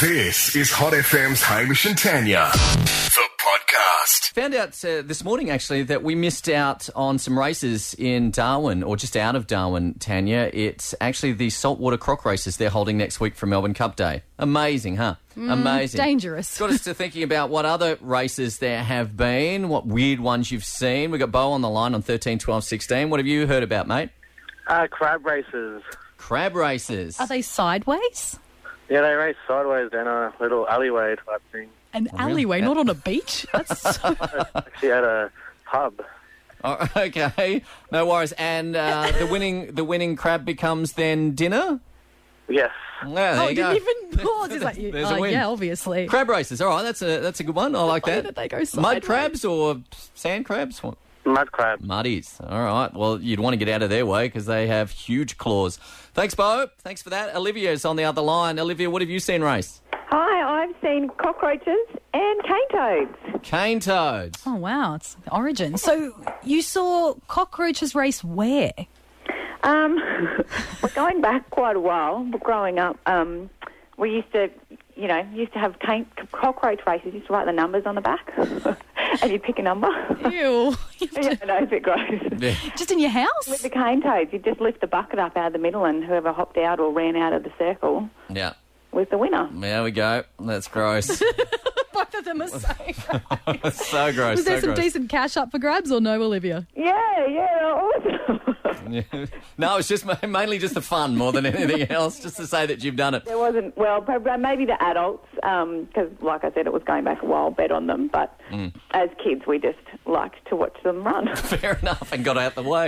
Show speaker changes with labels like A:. A: This is Hot FM's Hamish and Tanya, the podcast.
B: Found out uh, this morning actually that we missed out on some races in Darwin or just out of Darwin, Tanya. It's actually the saltwater croc races they're holding next week for Melbourne Cup Day. Amazing, huh? Amazing.
C: Mm, dangerous.
B: Got us to thinking about what other races there have been, what weird ones you've seen. We've got Bo on the line on 13, 12, 16. What have you heard about, mate?
D: Uh, crab races.
B: Crab races.
C: Are they sideways?
D: Yeah, they race sideways down a little alleyway type thing.
B: Oh,
C: An alleyway, not on a beach. That's so...
D: Actually, at a pub.
B: Oh, okay, no worries. And uh, the winning the winning crab becomes then dinner?
D: Yes.
B: Yeah, there
C: oh,
B: you
C: you
B: go.
C: didn't even pause. It's like, you-
B: There's a
C: oh,
B: win.
C: yeah, obviously.
B: Crab races. All right, that's a that's a good one. I like
C: Why
B: that.
C: did they go
B: Mud
C: sideways?
B: crabs or sand crabs? What-
D: Mud crab.
B: Muddies. All right. Well, you'd want to get out of their way because they have huge claws. Thanks, Bo. Thanks for that. Olivia's on the other line. Olivia, what have you seen race?
E: Hi, I've seen cockroaches and cane toads.
B: Cane toads.
C: Oh wow, it's the origin. So you saw cockroaches race where?
E: Um, we're going back quite a while. But growing up, um, we used to, you know, used to have cane, cockroach races. Used to write the numbers on the back, and you pick a number.
C: Ew.
E: yeah, I know, it's a bit gross.
C: Just in your house?
E: With the cane toads, you just lift the bucket up out of the middle, and whoever hopped out or ran out of the circle
B: Yeah.
E: was the winner.
B: There we go. That's gross.
C: Both of them are so.
B: so gross.
C: Was
B: so
C: there some
B: gross.
C: decent cash up for grabs or no, Olivia?
E: Yeah, yeah, awesome.
B: no, it's just ma- mainly just the fun more than anything else. Just to say that you've done it.
E: there wasn't. Well, prob- uh, maybe the adults, because like I said, it was going back a while. Bet on them, but as kids, we just liked to watch them run.
B: Fair enough, and got out the way.